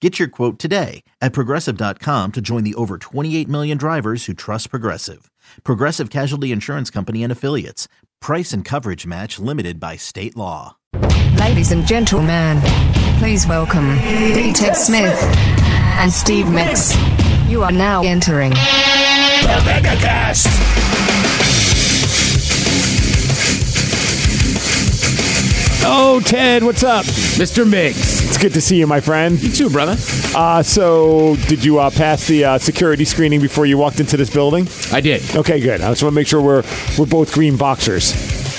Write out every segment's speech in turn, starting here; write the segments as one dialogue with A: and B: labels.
A: Get your quote today at progressive.com to join the over 28 million drivers who trust Progressive. Progressive Casualty Insurance Company and Affiliates. Price and coverage match limited by state law.
B: Ladies and gentlemen, please welcome D. Ted Smith and Steve Mix. You are now entering.
C: The Megacast!
D: Oh, Ted, what's up?
C: Mr. Miggs.
D: It's good to see you, my friend.
C: You too, brother.
D: Uh, so, did you uh, pass the uh, security screening before you walked into this building?
C: I did.
D: Okay, good. I just want to make sure we're we're both green boxers.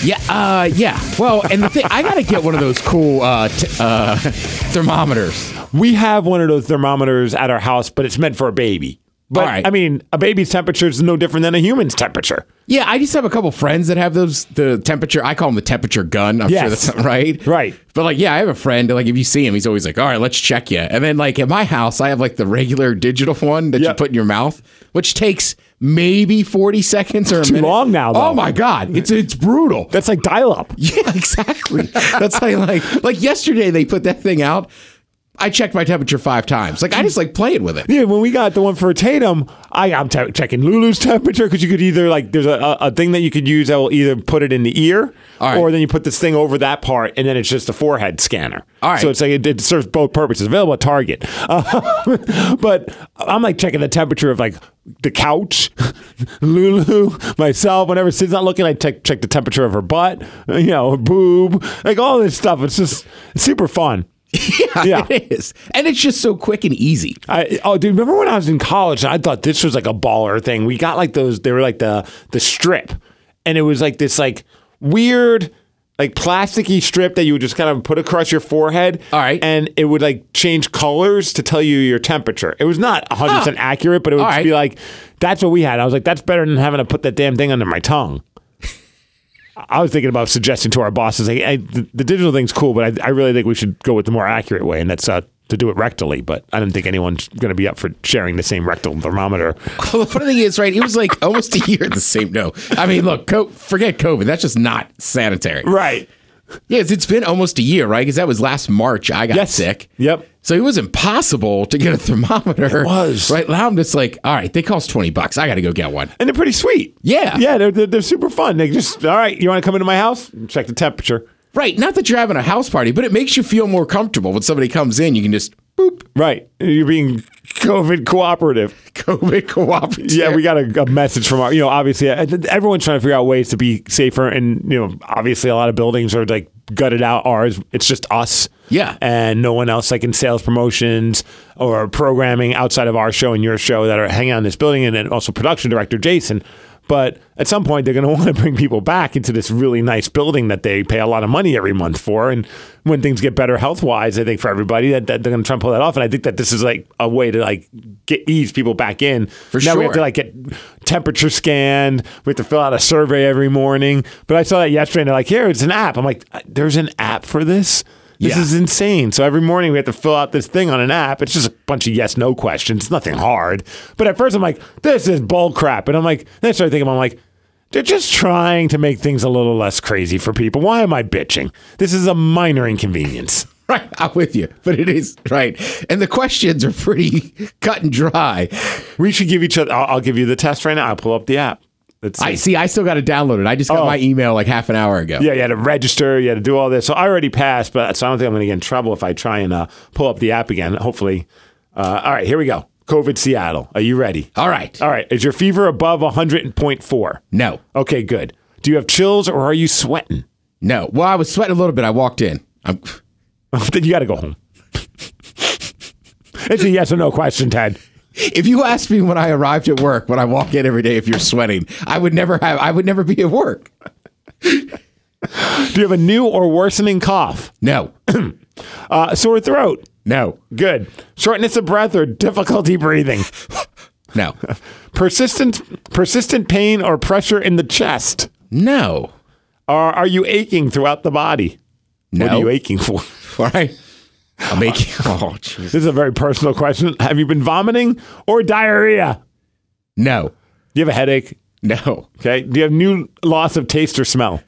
C: Yeah, uh, yeah. Well, and the thing, I gotta get one of those cool uh, t- uh, thermometers.
D: We have one of those thermometers at our house, but it's meant for a baby. But
C: All right.
D: I mean, a baby's temperature is no different than a human's temperature.
C: Yeah, I just have a couple friends that have those. The temperature, I call them the temperature gun. I'm sure
D: Yes.
C: that's not right.
D: Right.
C: But like, yeah, I have a friend. Like, if you see him, he's always like, "All right, let's check you." And then like at my house, I have like the regular digital one that you
D: Yep.
C: put in your mouth, which takes maybe 40 seconds or a
D: Too
C: minute.
D: long now, though.
C: Oh my god, it's it's brutal.
D: That's like dial-up.
C: Yeah, exactly. That's like like like yesterday they put that thing out. I checked my temperature five times. Like I just like playing with it.
D: Yeah, when we got the one for Tatum, I, I'm te- checking Lulu's temperature because you could either like there's a, a, a thing that you could use that will either put it in the ear,
C: All right.
D: or then you put this thing over that part, and then it's just a forehead scanner.
C: All right.
D: So it's like it, it serves both purposes. Available at Target, Uh, but I'm like checking the temperature of like the couch, Lulu, myself. Whenever Sid's not looking, I check check the temperature of her butt, you know, her boob, like all this stuff. It's just super fun. Yeah.
C: it is, and it's just so quick and easy.
D: I, oh, dude, remember when I was in college? I thought this was like a baller thing. We got like those. They were like the the strip, and it was like this like weird. Like plasticky strip that you would just kind of put across your forehead.
C: All right.
D: And it would like change colors to tell you your temperature. It was not 100%
C: Huh.
D: accurate, but it would
C: All
D: just
C: right.
D: be like, that's what we had. I was like, that's better than having to put that damn thing under my tongue. I was thinking about suggesting to our bosses, like, I, the, the digital thing's cool, but I, I really think we should go with the more accurate way, and that's uh, to do it rectally. But I don't think anyone's going to be up for sharing the same rectal thermometer.
C: Well, the funny thing is, right? It was like almost a year the same. No, I mean, look, co- forget COVID. That's just not sanitary.
D: Right.
C: Yes, it's been almost a year, right? Because that was last March. I got
D: Yes.
C: sick.
D: Yep.
C: So it was impossible to get a thermometer. It
D: was.
C: right. Now I'm just like, all right, they cost twenty bucks. I got to go get one.
D: And they're pretty sweet.
C: Yeah.
D: Yeah, they're, they're, they're super fun. They just, all right, you want to come into my house? Check the temperature.
C: Right. Not that you're having a house party, but it makes you feel more comfortable when somebody comes in. You can just boop,
D: Right. You're being COVID cooperative.
C: COVID cooperative.
D: Yeah, we got a, a message from our, you know, obviously uh, everyone's trying to figure out ways to be safer. And, you know, obviously a lot of buildings are like gutted out. Ours, it's just us.
C: Yeah.
D: And no one else, like in sales promotions or programming outside of our show and your show that are hanging out in this building. And then also production director Jason. But at some point, they're going to want to bring people back into this really nice building that they pay a lot of money every month for. And when things get better health wise, I think for everybody that, that they're going to try and pull that off. And I think that this is like a way to like get ease people back in.
C: For
D: now we have
C: sure.
D: to like get temperature scanned. We have to fill out a survey every morning. But I saw that yesterday, and they're like, "Here, it's an app." I'm like, "Uh, "There's an app for this? This
C: Yeah.
D: is insane!" So every morning we have to fill out this thing on an app. It's just a bunch of yes/no questions. It's nothing hard. But at first I'm like, "This is bull crap," and I'm like, then I started thinking, I'm like. They're just trying to make things a little less crazy for people. Why am I bitching? This is a minor inconvenience.
C: Right, I'm with you, but it is right, and the questions are pretty cut and dry.
D: We should give each other. I'll, I'll give you the test right now. I'll pull up the app. Let's see.
C: I see. I still got to download it. I just got
D: Oh.
C: my email like half an hour ago.
D: Yeah, you had to register, you had to do all this. So I already passed, but so I don't think I'm going to get in trouble if I try and uh, pull up the app again. Hopefully, uh, all right, here we go. COVID Seattle. Are you ready?
C: All right.
D: All right. Is your fever above 100.4?
C: No,
D: Okay, good. Do you have chills or are you sweating?
C: no. Well, I was sweating a little bit. I walked in. I'm,
D: then you got to go home. it's a yes or no question, Ted.
C: if you asked me when I arrived at work, when I walk in every day, if you're sweating, I would never have. I would never be at work.
D: Do you have a new or worsening cough?
C: No,
D: Uh, sore throat.
C: no,
D: Good. Shortness of breath or difficulty breathing?
C: no,
D: Persistent persistent pain or pressure in the chest?
C: No.
D: Or are you aching throughout the body?
C: No.
D: What are you aching for?
C: All right. I'll make you. Oh, jeez.
D: This is a very personal question. Have you been vomiting or diarrhea?
C: No.
D: Do you have a headache?
C: No.
D: Okay. Do you have new loss of taste or smell?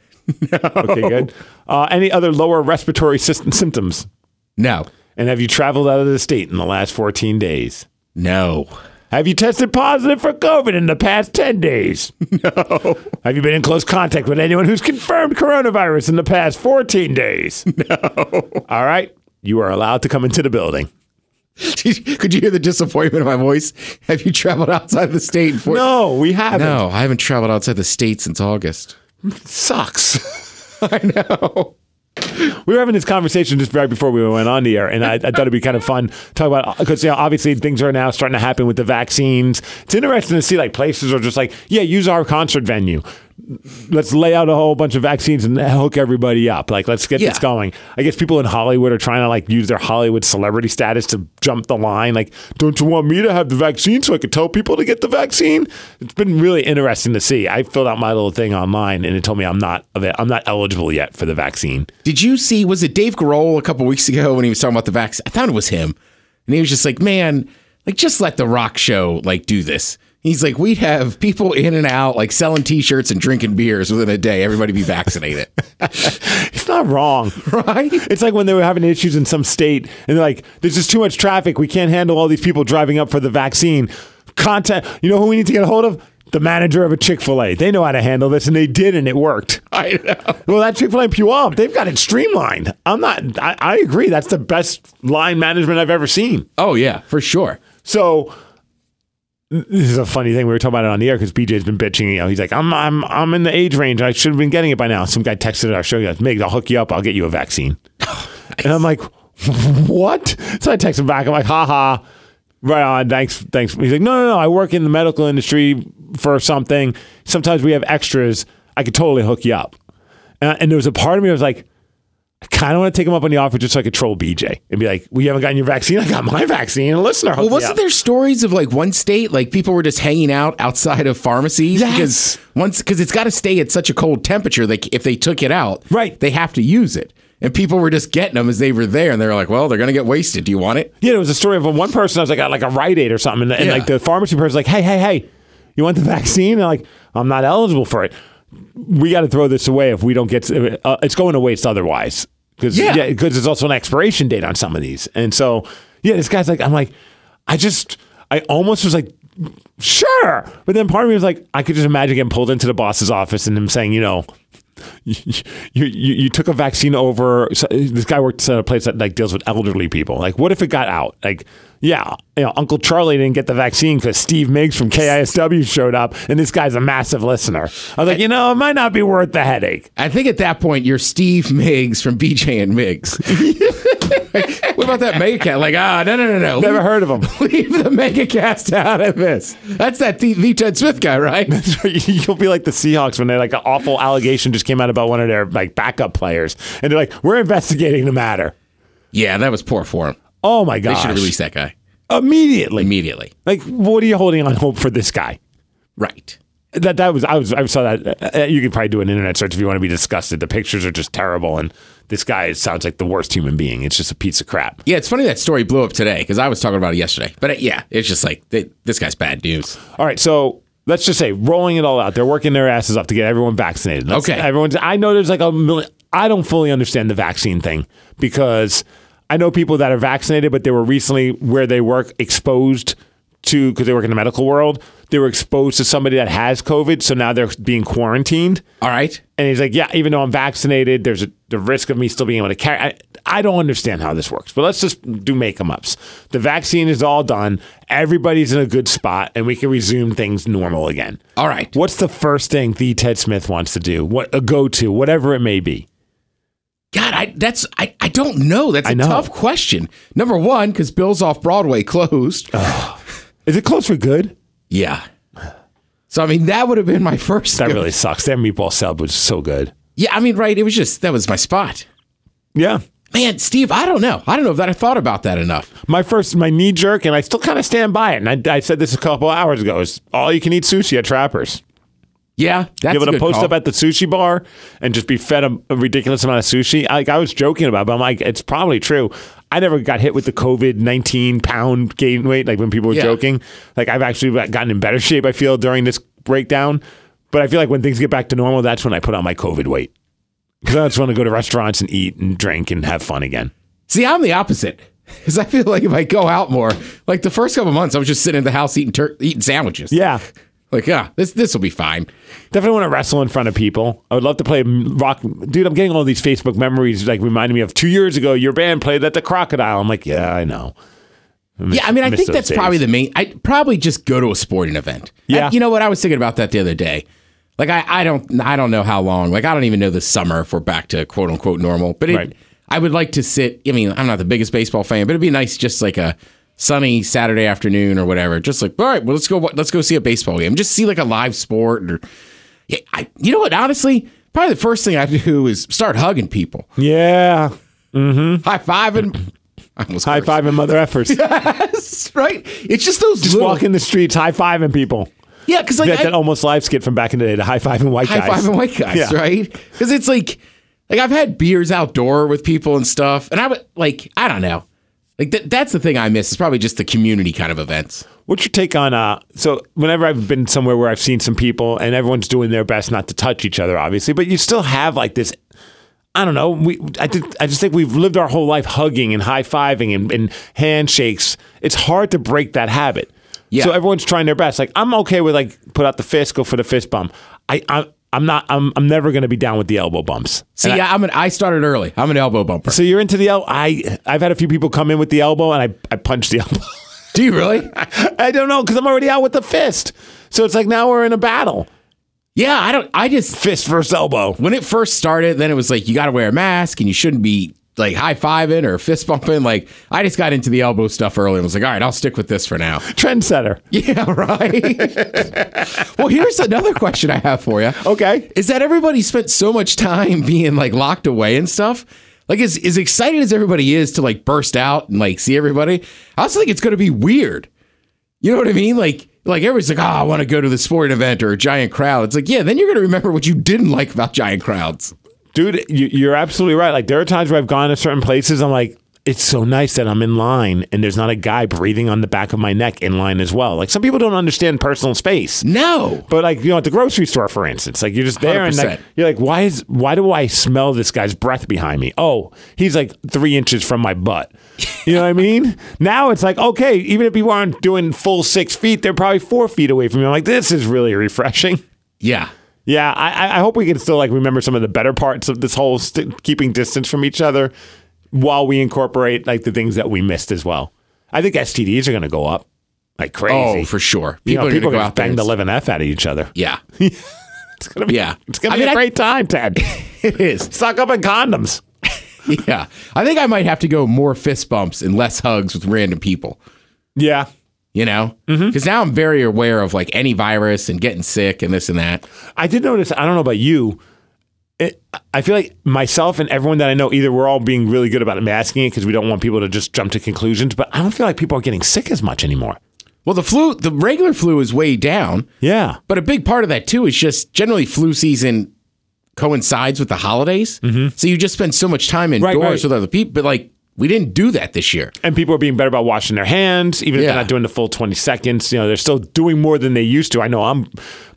D: No. Okay, good. Uh, any other lower respiratory system symptoms?
C: No.
D: And have you traveled out of the state in the last 14 days?
C: No.
D: Have you tested positive for COVID in the past 10 days? No. Have you been in close contact with anyone who's confirmed coronavirus in the past 14 days? No. All right. You are allowed to come into the building.
C: Could you hear the disappointment in my voice? Have you traveled outside the state? For-
D: No, we haven't.
C: No, I haven't traveled outside the state since August.
D: Sucks.
C: I know.
D: We were having this conversation just right before we went on the air, and I, I thought it'd be kind of fun to talk about because you know, obviously things are now starting to happen with the vaccines. It's interesting to see like places are just like, yeah, use our concert venue. Let's lay out a whole bunch of vaccines and hook everybody up. Like, let's get this
C: Yeah.
D: going. I guess people in Hollywood are trying to like use their Hollywood celebrity status to jump the line. Like, don't you want me to have the vaccine so I could tell people to get the vaccine? It's been really interesting to see. I filled out my little thing online, and it told me I'm not of it. I'm not eligible yet for the vaccine.
C: Did you see? Was it Dave Grohl a couple weeks ago when he was talking about the vaccine? I thought it was him, and he was just like, "Man, like just let the rock show like do this." He's like, "We'd have people in and out, like selling T-shirts and drinking beers within a day. Everybody be vaccinated,
D: It's not wrong.
C: right?"
D: It's like when they were having issues in some state and they're like, there's just too much traffic. We can't handle all these people driving up for the vaccine. Contact, you know who we need to get a hold of? The manager of a Chick fil A. They know how to handle this and they did and it worked.
C: I know.
D: Well, that Chick fil A in Puyallup, they've got it streamlined. I'm not, I, I agree. That's the best line management I've ever seen.
C: Oh yeah, for sure.
D: So this is a funny thing. We were talking about it on the air because BJ's been bitching. You know, he's like, I'm, I'm, I'm in the age range. I should have been getting it by now. Some guy texted our show. He goes, Migs, I'll hook you up. I'll get you a vaccine. And I'm like, what? So I text him back. I'm like, haha. Right on. Thanks. Thanks. He's like, no, no, no. I work in the medical industry for something. Sometimes we have extras. I could totally hook you up. And, and there was a part of me that was like, I kind of want to take him up on the offer just so I could troll BJ and be like, well, you haven't gotten your vaccine. I got my vaccine. And listener, hooked
C: Well,
D: me
C: wasn't
D: up."
C: there stories of like one state, like people were just hanging out outside of pharmacies
D: Yes.
C: because once because it's got to stay at such a cold temperature. Like if they took it out,
D: Right.
C: they have to use it, and people were just getting them as they were there, and they were like, "Well, they're gonna get wasted. Do you want it?"
D: Yeah, there was a story of one person. I was like, at like a Rite Aid or something, and, and
C: Yeah.
D: like the pharmacy person was like, "Hey, hey, hey, you want the vaccine?" And I'm like, I'm not eligible for it. We got to throw this away if we don't get. Uh, it's going to waste otherwise because
C: Yeah.
D: yeah, because there's also an expiration date on some of these, and so yeah, this guy's like, I'm like, I just, I almost was like, sure, but then part of me was like, I could just imagine getting pulled into the boss's office and him saying, you know, you, you, you took a vaccine over. So this guy works at a place that like deals with elderly people. Like, what if it got out? Like, yeah, you know, Uncle Charlie didn't get the vaccine because Steve Miggs from KISW showed up, and this guy's a massive listener. I was like, you know, it might not be worth the headache.
C: I think at that point you're Steve Miggs from BJ and Miggs. what about that mega cast? Like, ah, no, no, no, no.
D: Never heard of him.
C: Leave the mega cast out of this. That's that T- V. Ted Smith guy, right?
D: You'll be like the Seahawks when they like an awful allegation just came out about one of their like backup players, and they're like, we're investigating the matter.
C: yeah, that was poor form.
D: Oh my
C: They should have
D: gosh!
C: released that guy
D: Immediately,
C: immediately.
D: like, what are you holding on hope for this guy?
C: Right.
D: That that was I was I saw that uh, you could probably do an internet search if you want to be disgusted. The pictures are just terrible, and this guy sounds like the worst human being. It's just a piece of crap.
C: Yeah, it's funny that story blew up today because I was talking about it yesterday. But uh, yeah, it's just like th- this guy's bad news.
D: All right, so let's just say rolling it all out. They're working their asses up to get everyone vaccinated. Let's-
C: Okay.
D: everyone's. I know there's like a million. I don't fully understand the vaccine thing because I know people that are vaccinated, but they were recently where they work exposed to because they work in the medical world. They were exposed to somebody that has COVID, so now they're being quarantined.
C: All right.
D: And he's like, yeah, even though I'm vaccinated, there's a, the risk of me still being able to carry. I, I don't understand how this works, but let's just do make em ups. The vaccine is all done. Everybody's in a good spot, and we can resume things normal again.
C: All right.
D: What's the first thing the Ted Smith wants to do? What a go to, whatever it may be.
C: God, I, that's I, I don't know. That's a
D: I know.
C: tough question. Number one, because Bill's off Broadway closed.
D: Uh. Is it close for good?
C: Yeah. So I mean, that would have been my first.
D: That
C: go.
D: really sucks. Their meatball sub was so good.
C: Yeah, I mean, right? It was just that was my spot.
D: Yeah.
C: Man, Steve, I don't know. I don't know that I thought about that enough.
D: My first, my knee jerk, and I still kind of stand by it. And I, I said this a couple hours ago is all you can eat sushi at Trappers.
C: Yeah, that's
D: Give it
C: a
D: a
C: good
D: post
C: call.
D: up at the sushi bar and just be fed a, a ridiculous amount of sushi. I, like I was joking about, it, but I'm like, it's probably true. I never got hit with the COVID 19 pound gain weight, like when people were
C: Yeah.
D: joking. Like I've actually gotten in better shape, I feel, during this breakdown. But I feel like when things get back to normal, that's when I put on my COVID weight. Because I just want to go to restaurants and eat and drink and have fun again.
C: See, I'm the opposite. Because I feel like if I go out more, like the first couple months, I was just sitting at the house eating tur- eating sandwiches.
D: Yeah.
C: Like, yeah, this this will be fine.
D: Definitely want to wrestle in front of people. I would love to play m- rock. Dude, I'm getting all these Facebook memories like reminding me of two years ago, your band played at the Crocodile. I'm like, yeah, I know.
C: yeah, I mean, I
D: miss
C: think
D: those
C: that's
D: days.
C: probably the main. I'd probably just go to a sporting event.
D: Yeah.
C: I- you know what? I was thinking about that the other day. Like, I, I don't I don't know how long. Like, I don't even know this summer if we're back to quote unquote normal. But it,
D: Right.
C: I would like to sit. I mean, I'm not the biggest baseball fan, but it'd be nice just like a sunny Saturday afternoon or whatever. Just like, all right, well, let's go. wa- Let's go see a baseball game. Just see like a live sport. Or, yeah, I, you know what? Honestly, probably the first thing I do is start hugging people,
D: Yeah.
C: high fiving. I almost
D: High
C: cursed.
D: five and mother efforts.
C: right? It's just those
D: Just
C: little,
D: walking the streets, high fiving people.
C: Yeah, because like
D: Like
C: I-
D: that almost live skit from back in the day, the high five and white
C: high
D: guys.
C: five and white guys,
D: Yeah.
C: right? Because it's like, like I've had beers outdoor with people and stuff, and I would like, I don't know, like that. That's the thing I miss. It's probably just the community kind of events.
D: What's your take on uh so whenever I've been somewhere where I've seen some people and everyone's doing their best not to touch each other obviously but you still have like this I don't know we I think I just think we've lived our whole life hugging and high-fiving and, and handshakes it's hard to break that habit
C: Yeah.
D: so everyone's trying their best like I'm okay with like put out the fist go for the fist bump I I'm I'm not I'm I'm never going to be down with the elbow bumps
C: See, yeah, I'm an. I started early. I'm an elbow bumper.
D: so you're into the el- I I've had a few people come in with the elbow and I I punch the elbow
C: Do you really?
D: I don't know because I'm already out with the fist. So it's like now we're in a battle,
C: yeah, I don't. I just
D: fist versus elbow.
C: when it first started, then it was like you got to wear a mask and you shouldn't be like high fiving or fist bumping. Like I just got into the elbow stuff early and was like, all right, I'll stick with this for now.
D: Trendsetter.
C: Yeah, right. well, here's another question I have for you.
D: Okay.
C: Is that everybody spent so much time being like locked away and stuff? Like as as excited as everybody is to like burst out and like see everybody, I also think it's going to be weird. You know what I mean? Like like everybody's like, "Oh, I want to go to the sporting event or a giant crowd." It's like, "Yeah, then you're going to remember what you didn't like about giant crowds."
D: Dude, you, you're absolutely right. Like there are times where I've gone to certain places, I'm like, it's so nice that I'm in line and there's not a guy breathing on the back of my neck in line as well. Like some people don't understand personal space.
C: No.
D: But like you know, at the grocery store, for instance, like you're just there and like,
C: 100%.
D: you're like, why is why do I smell this guy's breath behind me? Oh, he's like three inches from my butt. You know what I mean? Now it's like okay, even if you aren't doing full six feet, they're probably four feet away from you. I'm like, this is really refreshing.
C: Yeah.
D: Yeah, I, I- I hope we can still like remember some of the better parts of this whole st- keeping distance from each other, while we incorporate like the things that we missed as well. I think STDs are going to go up like crazy.
C: Oh, for sure.
D: You know,
C: People are going
D: people
C: to go
D: are
C: out there.
D: going to bang
C: and-
D: the living f out of each other.
C: yeah.
D: It's gonna be
C: Yeah.
D: It's gonna
C: I
D: be
C: mean,
D: a
C: I-
D: great time, Ted.
C: it is.
D: Suck up in condoms.
C: Yeah. I think I might have to go more fist bumps and less hugs with random people.
D: Yeah.
C: you know because
D: Mm-hmm.
C: now i'm very aware of like any virus and getting sick and this and that
D: I did notice, I don't know about you. It, I feel like myself and everyone that I know, either we're all being really good about masking it because we don't want people to just jump to conclusions, but I don't feel like people are getting sick as much anymore.
C: well the flu the regular flu is way down
D: Yeah.
C: but a big part of that too is just generally flu season coincides with the holidays so you just spend so much time indoors
D: Mm-hmm. right.
C: with other people but like we didn't do that this year
D: And people are being better about washing their hands, even if
C: Yeah.
D: they're not doing the full 20 seconds. You know, they're still doing more than they used to. I know I'm,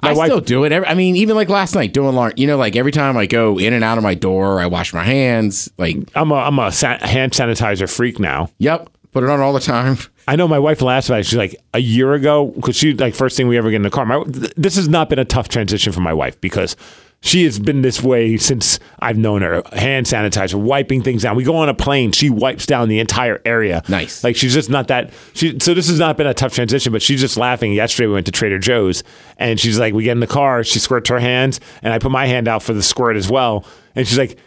D: my
C: I
D: wife,
C: still do it. Every- I mean, even like last night, doing alarm. You know, like every time I go in and out of my door, I wash my hands. Like,
D: I'm a, I'm a sa- hand sanitizer freak now.
C: yep, put it on all the time.
D: I know my wife laughs about it. She's like, a year ago, because she, like, first thing we ever get in the car. My, th- this has not been a tough transition for my wife because she has been this way since I've known her. Hand sanitizer, wiping things down. We go on a plane, she wipes down the entire area.
C: Nice.
D: Like, she's just not that. She, so, this has not been a tough transition, but she's just laughing. Yesterday, we went to Trader Joe's and she's like, we get in the car, she squirts her hands, and I put my hand out for the squirt as well. And she's like,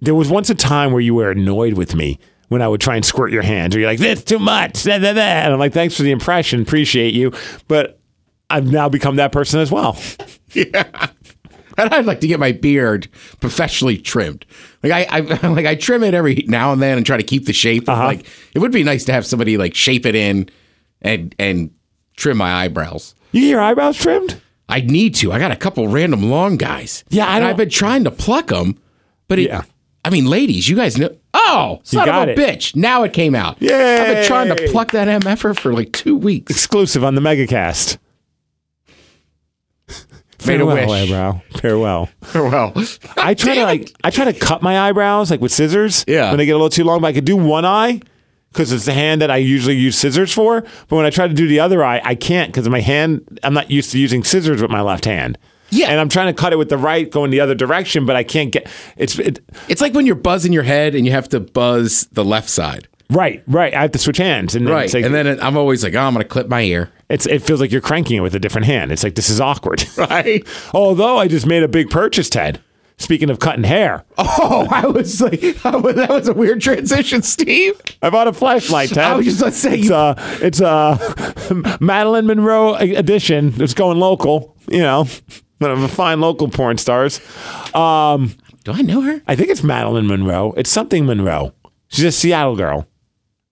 D: there was once a time where you were annoyed with me when I would try and squirt your hands, or you're like, "That's too much," da, da, da. and I'm like, "Thanks for the impression, appreciate you," but I've now become that person as well.
C: and I'd like to get my beard professionally trimmed. Like I, I like I trim it every now and then and try to keep the shape.
D: Uh-huh.
C: Like it would be nice to have somebody like shape it in and and trim my eyebrows.
D: You get your eyebrows trimmed?
C: I need to. I got a couple random long guys.
D: Yeah, I
C: And
D: don't-
C: I've been trying to pluck them, but it,
D: Yeah.
C: I mean, ladies, you guys know. Oh, son
D: got
C: of
D: it.
C: a bitch! Now it came out. Yeah, I've been trying
D: Yay.
C: to pluck that mf'er for like two weeks.
D: Exclusive on the Megacast.
C: Made a
D: Farewell,
C: wish.
D: eyebrow. Farewell.
C: Well,
D: I try to like I try to cut my eyebrows like with scissors.
C: Yeah.
D: When they get a little too long, but I could do one eye because it's the hand that I usually use scissors for. But when I try to do the other eye, I can't because my hand I'm not used to using scissors with my left hand.
C: Yeah.
D: And I'm trying to cut it with the right going the other direction, but I can't get it's it,
C: it's like when you're buzzing your head and you have to buzz the left side,
D: right, right. I have to switch hands and then
C: right?
D: it's like,
C: and then I'm always like, oh, I'm gonna clip my ear.
D: it's it feels like you're cranking it with a different hand. It's like this is awkward.
C: Right.
D: Although I just made a big purchase, Ted. Speaking of cutting hair,
C: Oh, I was like, that was a weird transition, Steve.
D: I bought a flashlight, Ted.
C: I was just about to say,
D: it's
C: you-
D: a it's a Madeline Monroe edition. It's going local, you know. One of the fine local porn stars. Um,
C: Do I know her?
D: I think it's Madeline Monroe. It's something Monroe. She's a Seattle girl.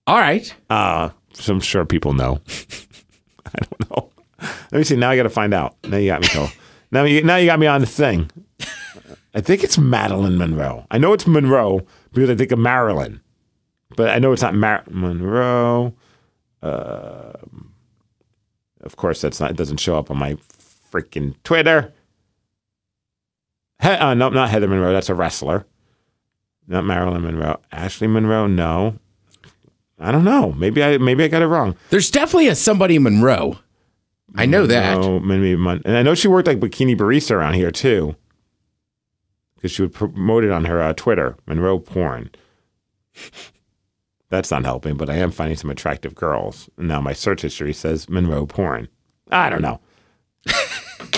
C: All right.
D: Uh, so I'm sure people know. I don't know. Let me see. Now I got to find out. Now you got me. Cole. now you now you got me on the thing. I think it's Madeline Monroe. I know it's Monroe because I think of Marilyn, but I know it's not Mar- Monroe. Um of course, that's not. It doesn't show up on my freaking Twitter. He- uh, no, not Heather Monroe. That's a wrestler. Not Marilyn Monroe. Ashley Monroe. No, I don't know. Maybe I maybe I got it wrong.
C: There's definitely a somebody Monroe. I know that.
D: Oh, maybe Mon- and I know she worked like bikini barista around here too, because she would promote it on her uh, Twitter, Monroe Porn. That's not helping, but I am finding some attractive girls. Now my search history says Monroe Porn. I don't know.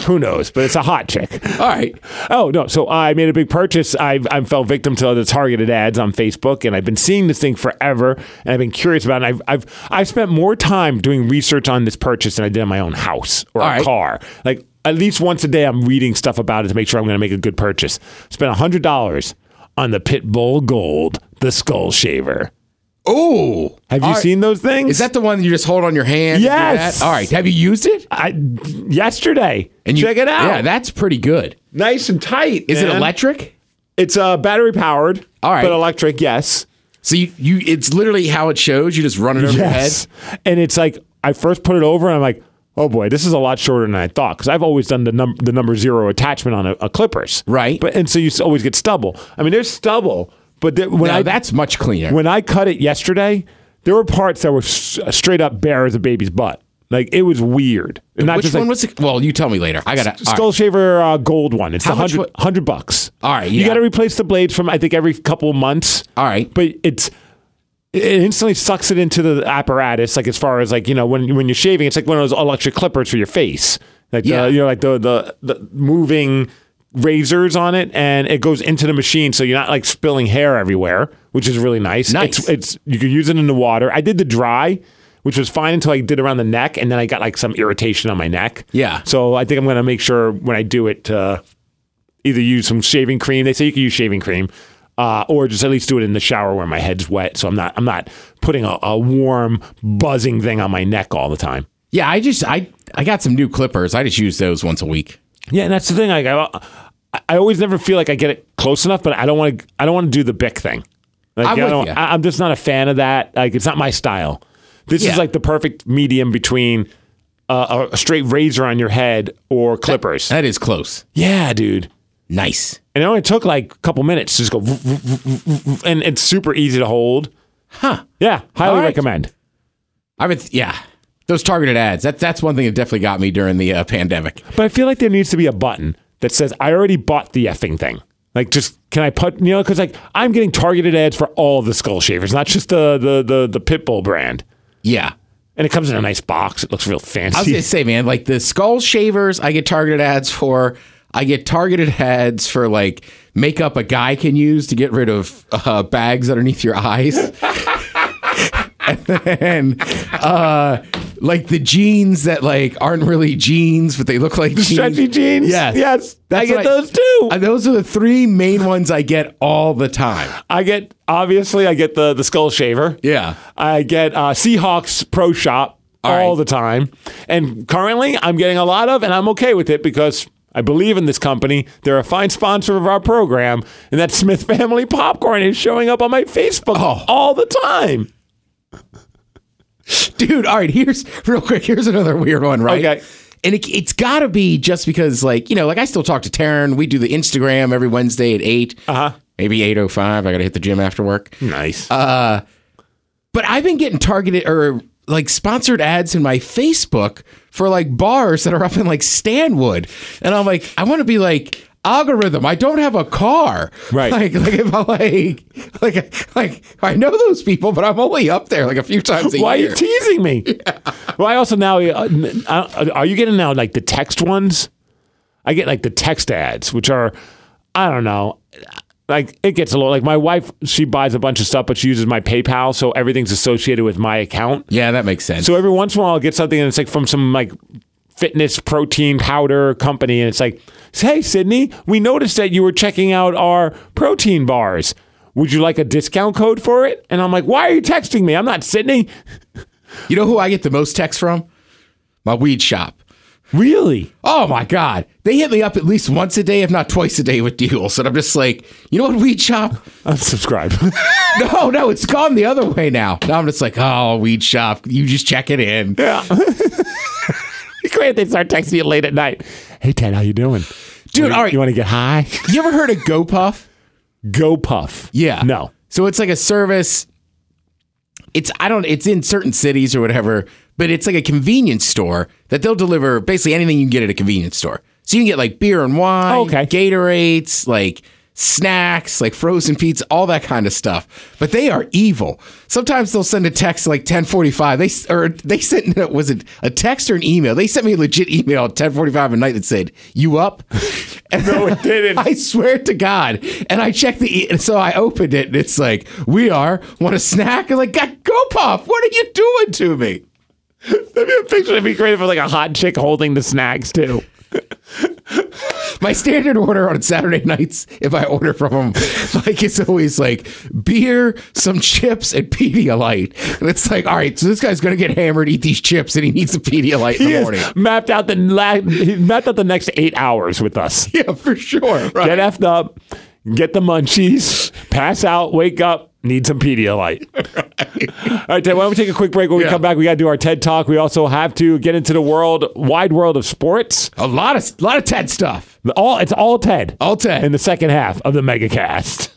D: Who knows? But it's a hot chick.
C: All right.
D: Oh no! So I made a big purchase. I've I fell victim to the targeted ads on Facebook, and I've been seeing this thing forever, and I've been curious about it. And I've I've I've spent more time doing research on this purchase than I did on my own house or
C: All
D: a
C: right.
D: car. Like at least once a day, I'm reading stuff about it to make sure I'm going to make a good purchase. Spent hundred dollars on the Pitbull Gold, the skull shaver.
C: Oh,
D: Have you seen those things?
C: Is that the one that you just hold on your hand? and do
D: Yes.
C: that? All right. Have you used it?
D: I, yesterday?
C: And you,
D: check it out.
C: Yeah, that's pretty good.
D: nice and tight.
C: Is it
D: man.
C: electric?
D: It's uh, battery powered.
C: All right.
D: but electric. Yes.
C: So you, you it's literally how it shows. You just run it over
D: Yes. And it's like I first put it over and I'm like, oh boy, this is a lot shorter than I thought because I've always done the num- the number zero attachment on a, a clippers,
C: Right.
D: But and so you s- always get stubble. I mean, there's stubble, but there, when
C: your head. Now
D: I
C: that's much cleaner.
D: when I cut it yesterday, there were parts that were s- straight up bare as a baby's butt. Like it was weird. And not
C: Which
D: just
C: one
D: like,
C: was it? Well, you tell me later. I gotta. all
D: Skull Shaver uh, Gold one. It's
C: How
D: the
C: much
D: 100,
C: wa-
D: 100 bucks.
C: All right,
D: You
C: yeah.
D: got to replace the blades from, I think, every couple of months.
C: All right.
D: But it's. It instantly sucks it into the apparatus, like as far as like you know when when you're shaving, it's like one of those electric clippers for your face, like
C: Yeah.
D: the, you know like the, the the moving razors on it, and it goes into the machine, so you're not like spilling hair everywhere, which is really nice.
C: Nice.
D: It's, it's you can use it in the water. I did the dry, which was fine until I did around the neck, and then I got like some irritation on my neck.
C: Yeah.
D: So I think I'm going to make sure when I do it to either use some shaving cream. They say you can use shaving cream, uh, or just at least do it in the shower where my head's wet, so I'm not I'm not putting a, a warm buzzing thing on my neck all the time.
C: yeah, I just I I got some new clippers. I just use those once a week.
D: Yeah, and that's the thing. Like I, I always never feel like I get it close enough, but I don't want to. I don't want to do the Bic thing. Like,
C: I'm
D: I
C: with
D: don't,
C: ya.
D: I, I'm just not a fan of that. Like it's not my style. This
C: Yeah.
D: is like the perfect medium between uh, a, a straight razor on your head or clippers.
C: That is close.
D: yeah, dude.
C: Nice.
D: And it only took like a couple minutes to just go, vroom, vroom, vroom, vroom, vroom, and it's super easy to hold.
C: Huh.
D: Yeah, highly
C: All right.
D: recommend.
C: I mean, yeah, those targeted ads. That that's one thing that definitely got me during the uh, pandemic.
D: But I feel like there needs to be a button that says, I already bought the effing thing. Like, just can I put, you know, because like I'm getting targeted ads for all the skull shavers, not just the, the, the, the Pitbull brand.
C: Yeah.
D: And it comes in a nice box. It looks real
C: I was
D: fancy.
C: gonna say, man, like the skull shavers, I get targeted ads for. I get targeted ads for like makeup a guy can use to get rid of uh, bags underneath your eyes. and uh, like the jeans that like aren't really jeans, but they look like jeans.
D: Stretchy jeans.
C: Yes.
D: Yes. I
C: That's
D: get
C: what
D: those too.
C: Uh, those are the three main ones I get all the time.
D: I get obviously I get the the skull shaver.
C: Yeah.
D: I get uh, Seahawks Pro Shop.
C: All
D: all
C: right.
D: the time. And currently, I'm getting a lot of, and I'm okay with it because I believe in this company. They're a fine sponsor of our program, and that Smith Family popcorn is showing up on my Facebook
C: Oh.
D: all the time.
C: dude. All right, here's real quick. Here's another weird one, right?
D: Okay.
C: And it, it's got to be just because, like, you know, like I still talk to Taryn. We do the Instagram every Wednesday at eight,
D: Uh huh.
C: maybe eight oh five. I got to hit the gym after work.
D: Nice.
C: But I've been getting targeted or like sponsored ads in my Facebook for like bars that are up in like Stanwood, and I'm like, I want to be like algorithm. I don't have a car,
D: Right.
C: Like, like if I like, like, like I know those people, but I'm only up there like a few times a
D: Why are
C: year.
D: you teasing me? Well, I also now uh, n- uh, are you getting now like the text ones? I get like the text ads, which are I don't know. Like it gets a little like my wife, she buys a bunch of stuff, but she uses my PayPal, so everything's associated with my account.
C: yeah, that makes sense.
D: So every once in a while, I'll get something and it's like from some like fitness protein powder company, and it's like, hey, Sydney, we noticed that you were checking out our protein bars. Would you like a discount code for it? And I'm like, why are you texting me? I'm not Sydney.
C: You know who I get the most texts from? My weed shop.
D: Really?
C: Oh my God. They hit me up at least once a day, if not twice a day, with deals. And I'm just like, you know what, weed shop?
D: Unsubscribe.
C: No, no, it's gone the other way now. Now I'm just like, oh, weed shop, you just check it in.
D: Great, they start texting you late at night. Hey Ted, how you doing?
C: Dude,
D: you,
C: all right.
D: You want to get high?
C: You ever heard of GoPuff?
D: Go puff.
C: Yeah.
D: No.
C: So it's like a service. It's I don't it's in certain cities or whatever, but it's like a convenience store that they'll deliver basically anything you can get at a convenience store. So you can get like beer and wine,
D: Oh, okay.
C: Gatorades, like snacks, like frozen pizza, all that kind of stuff. But they are evil. Sometimes they'll send a text like 10:45. They s- or they sent was it a text or an email? They sent me a legit email at 10:45 at night that said, "You up?" And
D: No, it didn't.
C: I swear to God. And I checked the, e- and so I opened it and it's like, we are, want a snack? I'm like, God, go Puff, what are you doing to me?
D: That'd be a picture that'd be great for like a hot chick holding the snacks too.
C: My standard order on Saturday nights, if I order from them, like it's always like beer, some chips, and Pedialyte. And it's like, all right, so this guy's going to get hammered, eat these chips, and he needs a Pedialyte in
D: He
C: the
D: has
C: morning.
D: mapped out the la- he mapped out the next eight hours with us.
C: Yeah, for sure. Right.
D: Get effed up, get the munchies, pass out, wake up, need some Pedialyte. All right, Ted, why don't we take a quick break? When we
C: Yeah.
D: come back, we got to do our TED Talk. We also have to get into the world, wide world of sports.
C: A lot of, lot of Ted stuff.
D: All It's all Ted.
C: All Ted.
D: in the second half of the Megacast.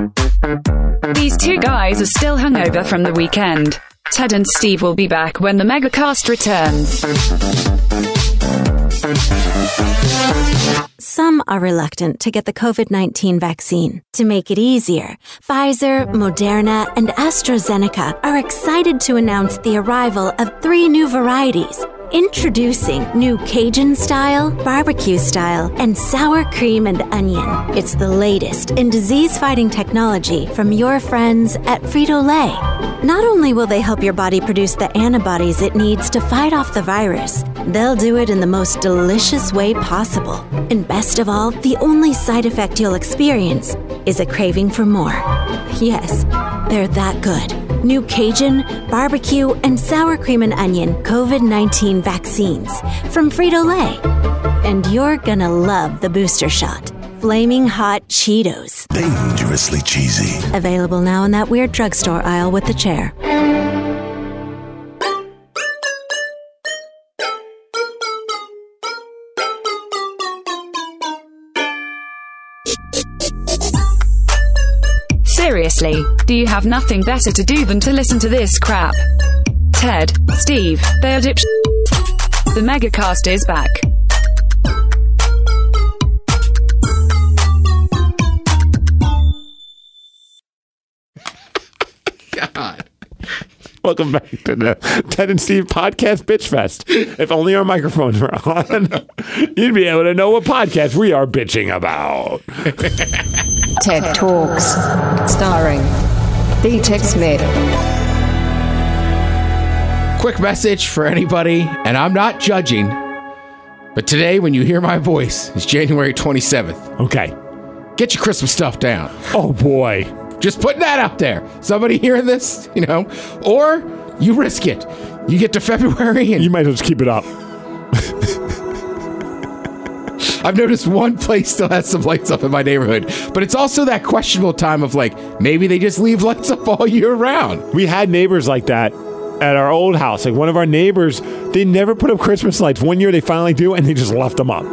E: These two guys are still hungover from the weekend. Ted and Steve will be back when the megacast returns.
F: Some are reluctant to get the COVID 19 vaccine. To make it easier, Pfizer, Moderna, and AstraZeneca are excited to announce the arrival of three new varieties. Introducing new Cajun style, barbecue style, and sour cream and onion. It's the latest in disease fighting technology from your friends at Frito Lay. Not only will they help your body produce the antibodies it needs to fight off the virus, they'll do it in the most delicious way possible. And best of all, the only side effect you'll experience is a craving for more. Yes, they're that good. New Cajun, barbecue, and sour cream and onion COVID 19 vaccines from Frito Lay. And you're gonna love the booster shot. Flaming hot Cheetos.
G: Dangerously cheesy.
F: Available now in that weird drugstore aisle with the chair.
E: Seriously, do you have nothing better to do than to listen to this crap? Ted, Steve, they are dipsh. The megacast is back.
D: Welcome back to the Ted and Steve podcast bitch fest. If only our microphones were on, you'd be able to know what podcast we are bitching about.
B: TED Talks, starring B Tech Smith.
C: Quick message for anybody, and I'm not judging, but today when you hear my voice, it's January 27th.
D: Okay.
C: Get your Christmas stuff down.
D: Oh boy.
C: Just putting that out there. Somebody hearing this, you know, or you risk it. You get to February and
D: You might as well just keep it up.
C: I've noticed one place still has some lights up in my neighborhood, but it's also that questionable time of like maybe they just leave lights up all year round.
D: We had neighbors like that at our old house. Like one of our neighbors, they never put up Christmas lights. One year they finally do, and they just left them up.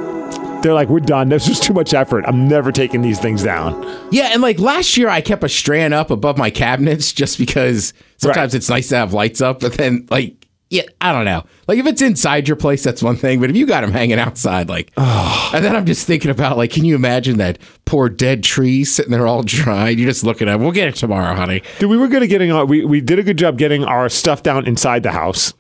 D: They're like, we're done. This is too much effort. I'm never taking these things down.
C: Yeah, and like last year I kept a strand up above my cabinets just because sometimes
D: Right.
C: it's nice to have lights up, but then like yeah, I don't know. Like if it's inside your place, that's one thing, but if you got them hanging outside, like, and then I'm just thinking about like, can you imagine that poor dead tree sitting there all dry? You're just looking at, it, we'll get it tomorrow, honey.
D: Dude, we were good at getting our, we, we did a good job getting our stuff down inside the house.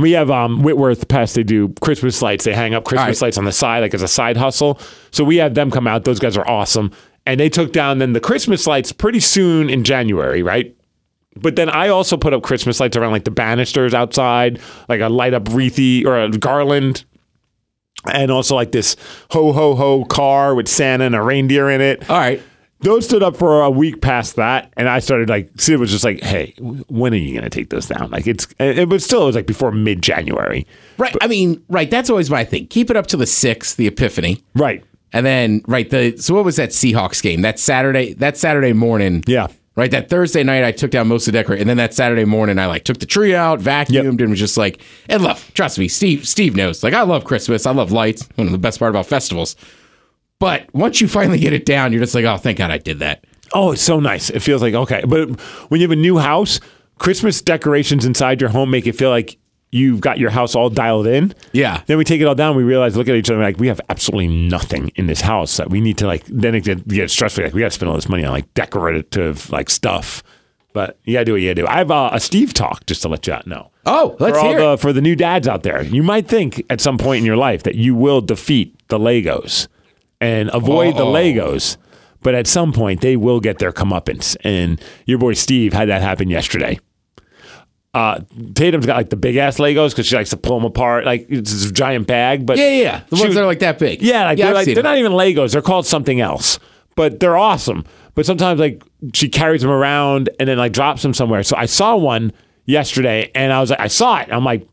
D: We have um, Whitworth Pest. They do Christmas lights. They hang up Christmas
C: Right.
D: lights on the side, like as a side hustle. So we had them come out. Those guys are awesome. And they took down then the Christmas lights pretty soon in January, right? But then I also put up Christmas lights around like the banisters outside, like a light up wreathy or a garland, and also like this ho ho ho car with Santa and a reindeer in it.
C: All right.
D: Those stood up for a week past that, and I started like Sid was just like, "Hey, w- when are you going to take those down?" Like it's, and it was still it was like before mid January,
C: Right. I mean, right. That's always my thing. Keep it up to the sixth, the epiphany.
D: right?
C: And then right the so what was that Seahawks game? That Saturday that Saturday morning.
D: Yeah.
C: Right, that Thursday night I took down most of the decor, and then that Saturday morning I like took the tree out, vacuumed, and was just like, and look, trust me, Steve. Steve knows. Like I love Christmas, I love lights. One of the best part about festivals. But once you finally get it down, you're just like, oh, thank God I did that.
D: Oh, it's so nice. It feels like okay, but when you have a new house, Christmas decorations inside your home make it feel like you've got your house all dialed in.
C: Yeah.
D: Then we take it all down. We realize, look at each other, like we have absolutely nothing in this house that we need to like. Then it get- gets stressful. Like we got to spend all this money on like decorative like stuff. But you gotta do what you gotta do. I have uh, a Steve talk just to let you out know.
C: Oh, let's
D: for all
C: hear.
D: the
C: it.
D: for the new dads out there, you might think at some point in your life that you will defeat the Legos and avoid the
C: Uh-oh.
D: Legos, but at some point they will get their comeuppance. And your boy Steve had that happen yesterday. Uh, Tatum's got like the big ass Legos because she likes to pull them apart. Like it's this giant bag, but
C: Yeah, yeah, yeah. The
D: she
C: ones
D: was-
C: that are like that big.
D: yeah, like, they're,
C: I've
D: like
C: seen
D: they're
C: them.
D: not even Legos. They're called something else, but they're awesome. But sometimes like she carries them around and then like drops them somewhere. So I saw one yesterday, and I was like, I saw it. I'm like,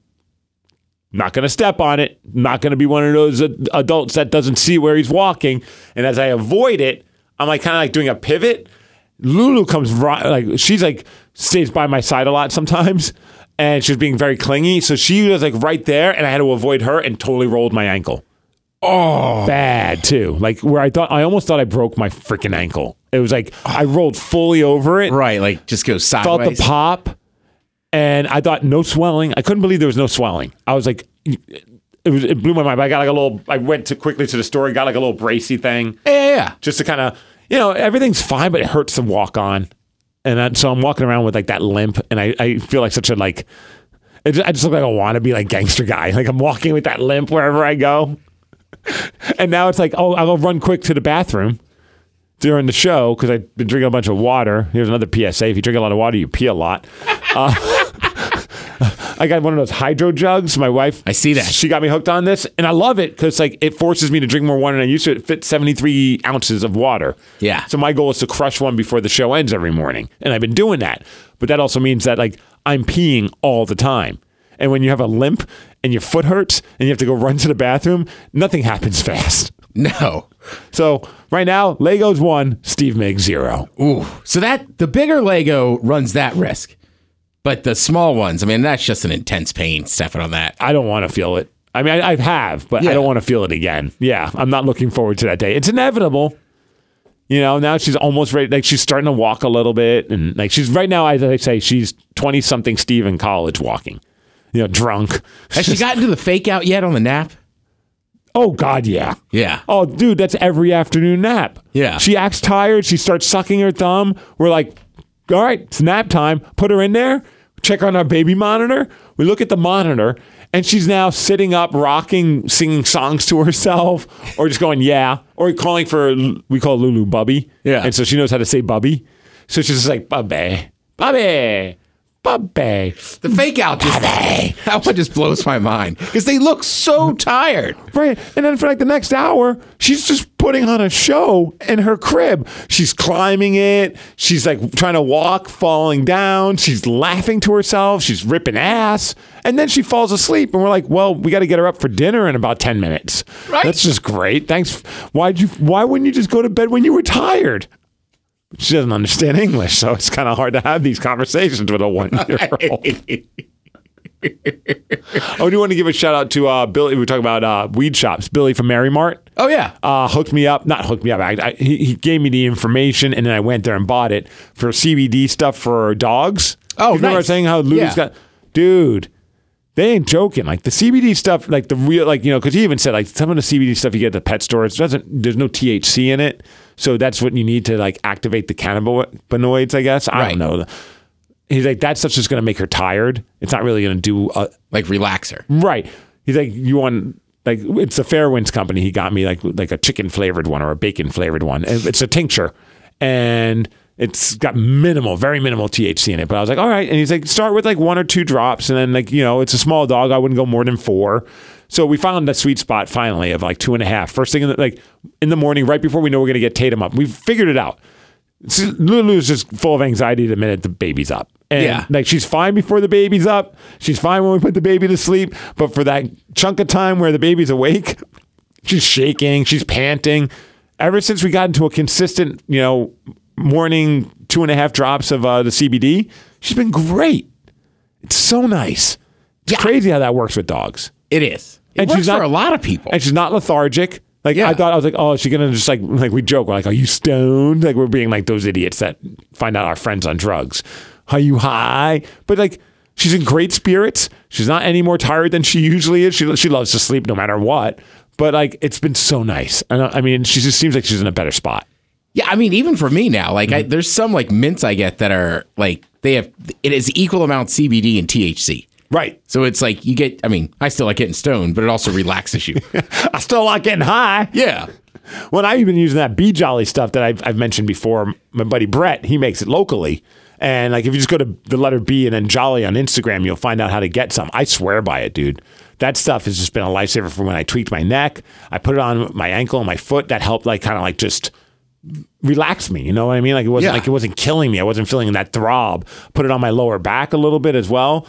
D: not gonna step on it. Not gonna be one of those ad- adults that doesn't see where he's walking. And as I avoid it, I'm like kind of like doing a pivot. Lulu comes right, like she's like stays by my side a lot sometimes, and she's being very clingy. So she was like right there, and I had to avoid her and totally rolled my ankle bad too. Like where I thought I almost thought I broke my freaking ankle. It was like I rolled fully over it,
C: right. Like just go
D: felt
C: sideways.
D: the pop, and I thought no swelling. I couldn't believe there was no swelling. I was like, it was it blew my mind. But I got like a little. I went to quickly to the store, and got like a little bracy thing
C: Yeah, yeah, yeah.
D: just to kind of you know everything's fine, but it hurts to walk on. And I, so I'm walking around with like that limp, and I, I feel like such a like. I just, I just look like a wannabe like gangster guy. Like I'm walking with that limp wherever I go. and now it's like, oh, I'll run quick to the bathroom during the show because I've been drinking a bunch of water. Here's another PSA: if you drink a lot of water, you pee a lot. Uh, I got one of those hydro jugs. My wife,
C: I see that.
D: she got me hooked on this, and I love it because like it forces me to drink more water than I used to. It fits 73 ounces of water.
C: Yeah.
D: So my goal is to crush one before the show ends every morning, and I've been doing that. But that also means that like I'm peeing all the time. And when you have a limp and your foot hurts and you have to go run to the bathroom, nothing happens fast.
C: No.
D: So right now, Legos one, Steve makes zero.
C: Ooh. So that the bigger Lego runs that risk. But the small ones, I mean, that's just an intense pain stepping on that.
D: I don't want to feel it. I mean, I, I have, but I
C: Yeah.
D: don't want to feel it again. Yeah, I'm not looking forward to that day. It's inevitable. You know, now she's almost ready. Like she's starting to walk a little bit, and like she's right now. As I say, she's twenty something. Steve in college walking. You know, drunk.
C: Has she gotten to the fake out yet on the nap?
D: Oh God, yeah.
C: Yeah.
D: Oh, dude, that's every afternoon nap.
C: Yeah.
D: She acts tired. She starts sucking her thumb. We're like, all right, it's nap time. Put her in there. Check on our baby monitor. We look at the monitor, and she's now sitting up, rocking, singing songs to herself, or just going, yeah, or calling for, we call Lulu Bubby.
C: Yeah.
D: And so she knows how to say Bubby. So she's just like, Bubby, Bubby, Bubby.
C: The fake out just that one just blows my mind because they look so tired.
D: Right. And then for like the next hour, she's just putting on a show in her crib. She's climbing it. She's like trying to walk, falling down. She's laughing to herself. She's ripping ass. And then she falls asleep. And we're like, well, we got to get her up for dinner in about 10 minutes.
C: Right.
D: That's just great. Thanks. Why'd you, why wouldn't you just go to bed when you were tired? She doesn't understand English, so it's kind of hard to have these conversations with a one year old. Oh, I do want to give a shout out to uh, Billy. We were talking about uh, weed shops. Billy from Mary Mart
C: Oh yeah,
D: uh, hooked me up. Not hooked me up. I, I, he, he gave me the information, and then I went there and bought it for CBD stuff for dogs.
C: Oh,
D: you remember I was
C: nice.
D: saying how Louis
C: Yeah.
D: got, dude. They ain't joking. Like the CBD stuff, like the real, like you know, because he even said like some of the CBD stuff you get at the pet store, it doesn't. There's no THC in it, so that's what you need to like activate the cannabinoids. I guess I
C: Right.
D: don't know. He's like that stuff's just gonna make her tired. It's not really gonna do uh,
C: like relaxer.
D: Right. He's like, you want like it's a Fairwinds company. He got me like like a chicken flavored one or a bacon flavored one. And It's a tincture, and it's got minimal, very minimal THC in it. But I was like, all right. And he's like, start with like one or two drops, and then like you know, it's a small dog. I wouldn't go more than four. So we found the sweet spot finally of like two and a half. First thing in the, like in the morning, right before we know we're gonna get Tatum up, we figured it out. It's- Lulu's just full of anxiety the minute the baby's up. And
C: Yeah.
D: like she's fine before the baby's up. She's fine when we put the baby to sleep. But for that chunk of time where the baby's awake, she's shaking, she's panting. Ever since we got into a consistent, you know, morning two and a half drops of uh, the CBD, she's been great. It's so nice. It's crazy how that works with dogs
C: It is. It
D: And
C: works
D: she's not-
C: for a lot of people.
D: and she's not lethargic. Like
C: Yeah.
D: I thought, I was like, oh, is she gonna just like like we joke, we're like, are you stoned? Like we're being like those idiots that find out our friends on drugs. Are you high? But like she's in great spirits. She's not any more tired than she usually is. She she loves to sleep no matter what. But like it's been so nice, and I I mean, she just seems like she's in a better spot.
C: Yeah, I mean, even for me now, like I, there's some like mints I get that are like they have it is equal amount CBD and THC.
D: Right.
C: So it's like you get. I mean, I still like getting stoned, but it also relaxes you.
D: I still like getting high.
C: yeah,
D: When I've been using that Bee Jolly stuff that I've, I've mentioned before, my buddy Brett, he makes it locally. And like if you just go to the letter B and then Jolly on Instagram, you'll find out how to get some. I swear by it, dude. That stuff has just been a lifesaver for when I tweaked my neck. I put it on my ankle and my foot. That helped like kind of like just relax me. You know what I mean? Like it wasn't
C: Yeah.
D: like it wasn't killing me. I wasn't feeling that throb. Put it on my lower back a little bit as well.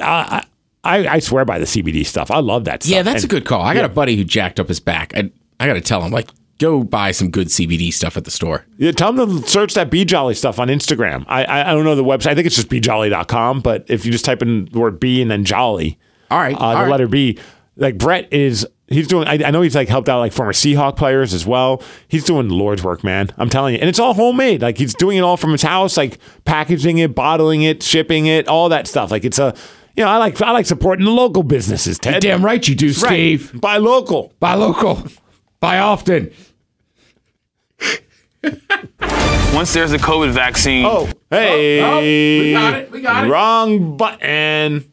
D: I I, I swear by the CBD stuff. I love that stuff.
C: yeah, that's
D: And-
C: a good call. I got a buddy who jacked up his back. I I got to tell him like go buy some good CBD stuff at the store.
D: Yeah, tell them to search that Bee Jolly stuff on Instagram. I, I I don't know the website. I think it's just bjolly.com, but if you just type in the word B and then Jolly,
C: All right,
D: uh,
C: all
D: the
C: right.
D: letter B, like Brett is, he's doing, I, I know he's like helped out like former Seahawk players as well. He's doing the Lord's work, man. I'm telling you. And it's all homemade. Like he's doing it all from his house, like packaging it, bottling it, shipping it, all that stuff. Like it's a, you know, I like I like supporting the local businesses, Ted.
C: Damn right you do, Steve.
D: Right. Buy local.
C: Buy local. Buy often.
H: Once there's a COVID vaccine,
D: Oh, hey.
C: Oh, oh, we got it, we got it.
D: Wrong button.